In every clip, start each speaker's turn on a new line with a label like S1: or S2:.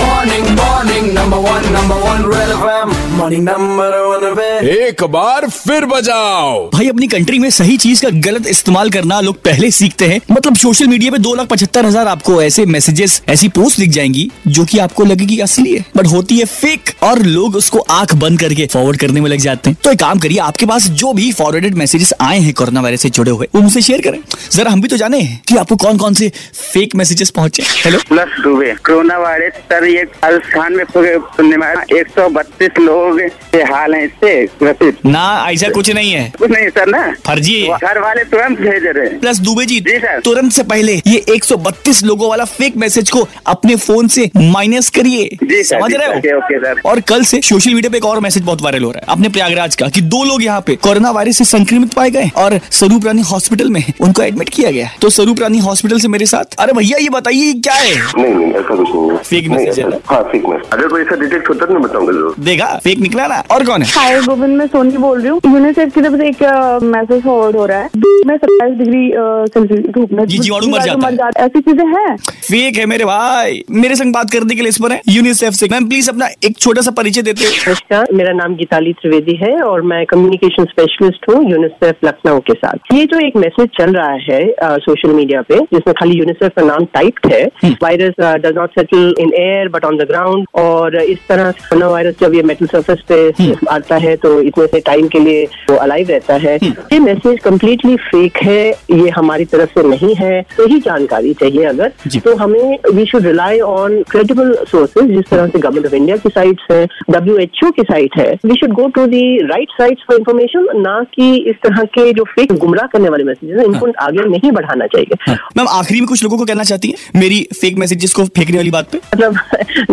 S1: Morning, morning, number one, number one, Red FM. Morning, number one, bed.
S2: एक बार फिर बजाओ
S3: भाई अपनी कंट्री में सही चीज का गलत इस्तेमाल करना लोग पहले सीखते हैं मतलब सोशल मीडिया पे दो लाख पचहत्तर हजार आपको ऐसे मैसेजेस ऐसी पोस्ट दिख जाएंगी जो कि आपको लगेगी असली है बट होती है फेक और लोग उसको आंख बंद करके फॉरवर्ड करने में लग जाते हैं तो एक काम करिए आपके पास जो भी फॉरवर्डेड मैसेजेस आए हैं कोरोना वायरस से जुड़े हुए वो मुझसे शेयर करें जरा हम भी तो जाने कि आपको कौन कौन से फेक मैसेजेस पहुंचे hello
S4: plus Dubey corona virus sir ये राजस्थान में पूरे सुनने में एक सौ बत्तीस लोग के हाल हैं इससे ग्रसित
S3: ना ऐसा कुछ नहीं है
S4: कुछ नहीं सर ना
S3: फर्जी है।
S4: घर वाले तुरंत भेज रहे हैं
S3: प्लस दुबे जी
S4: जी सर।
S3: तुरंत से पहले ये 132 लोगों वाला फेक मैसेज को अपने फोन से माइनस करिए
S4: जी सर,
S3: समझ
S4: जी सर,
S3: रहे
S4: ओके,
S3: हो
S4: ओके सर।
S3: और कल से सोशल मीडिया पे एक और मैसेज बहुत वायरल हो रहा है अपने प्रयागराज का कि दो लोग यहाँ पे कोरोना वायरस से संक्रमित पाए गए और स्वरूप रानी हॉस्पिटल में उनको एडमिट किया गया तो स्वरूप रानी हॉस्पिटल से मेरे साथ अरे भैया ये बताइए ये क्या है
S5: नहीं नहीं ऐसा कुछ नहीं है
S3: Fake
S5: नहीं,
S3: message है
S5: ऐसा- हाँ फेक मैसेज अगर कोई ऐसा डिटेक्ट होता तो मैं बताऊंगा जरूर
S3: देखा फेक निकला ना और कौन है
S6: हाय गोविंद मैं सोनी बोल रही हूँ यूनिसेफ की तरफ से एक मैसेज फॉरवर्ड हो रहा है मैं सत्ताईस डिग्री अ, सेल्सियस धूप में
S3: ये जीवाणु मर जाता है।
S6: है ऐसी चीजें हैं
S3: फेक है मेरे भाई मेरे संग बात करने के लिए इस पर है यूनिसेफ से मैम प्लीज अपना एक छोटा सा परिचय देते हो
S7: नमस्कार मेरा नाम गीताली त्रिवेदी है और मैं कम्युनिकेशन स्पेशलिस्ट हूँ यूनिसेफ लखनऊ के साथ ये जो एक मैसेज चल रहा है अ, सोशल मीडिया पे जिसमें खाली यूनिसेफ का नाम टाइप्ड है virus does not settle in air but on the ground और इस तरह कोरोना वायरस जब ये मेटल सरफेस पे आता है तो इतने से टाइम के लिए वो अलाइव रहता है ये मैसेज कम्प्लीटली फेक है ये हमारी तरफ से नहीं है सही जानकारी चाहिए अगर तो हमें we should rely on credible sources जिस तरह से गवर्नमेंट ऑफ इंडिया की साइट्स है डब्ल्यू एच ओ की साइट है we should go to the right sites for information ना कि इस तरह के जो फेक गुमराह करने वाले मैसेजेस हैं इनको आगे नहीं बढ़ाना चाहिए
S3: मैम आखिरी में कुछ लोगों को कहना चाहती है मेरी फेक मैसेजेस को फेंकने वाली बात पे
S7: मतलब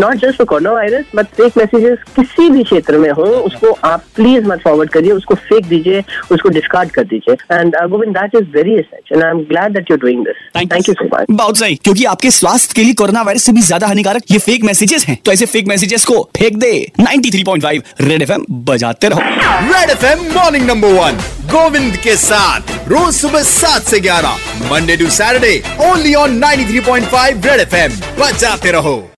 S7: not just for corona virus but fake messages किसी भी क्षेत्र में हो उसको आप प्लीज मत फॉरवर्ड करिए उसको फेंक दीजिए उसको डिस्कार्ड कर दीजिए uh, and Govind that is very essential and I am glad that you doing this thank you so much
S3: बहुत सही क्योंकि आपके स्वास्थ्य के लिए कोरोना वायरस से भी ज्यादा हानिकारक ये फेक मैसेजेस हैं तो ऐसे फेक मैसेजेस को फेंक दे 93.5 रेड एफएम बजाते रहो
S2: red F M morning number one Govind के साथ रोज सुबह सात से ग्यारह Monday to Saturday only on 93.5 red F M बजाते रहो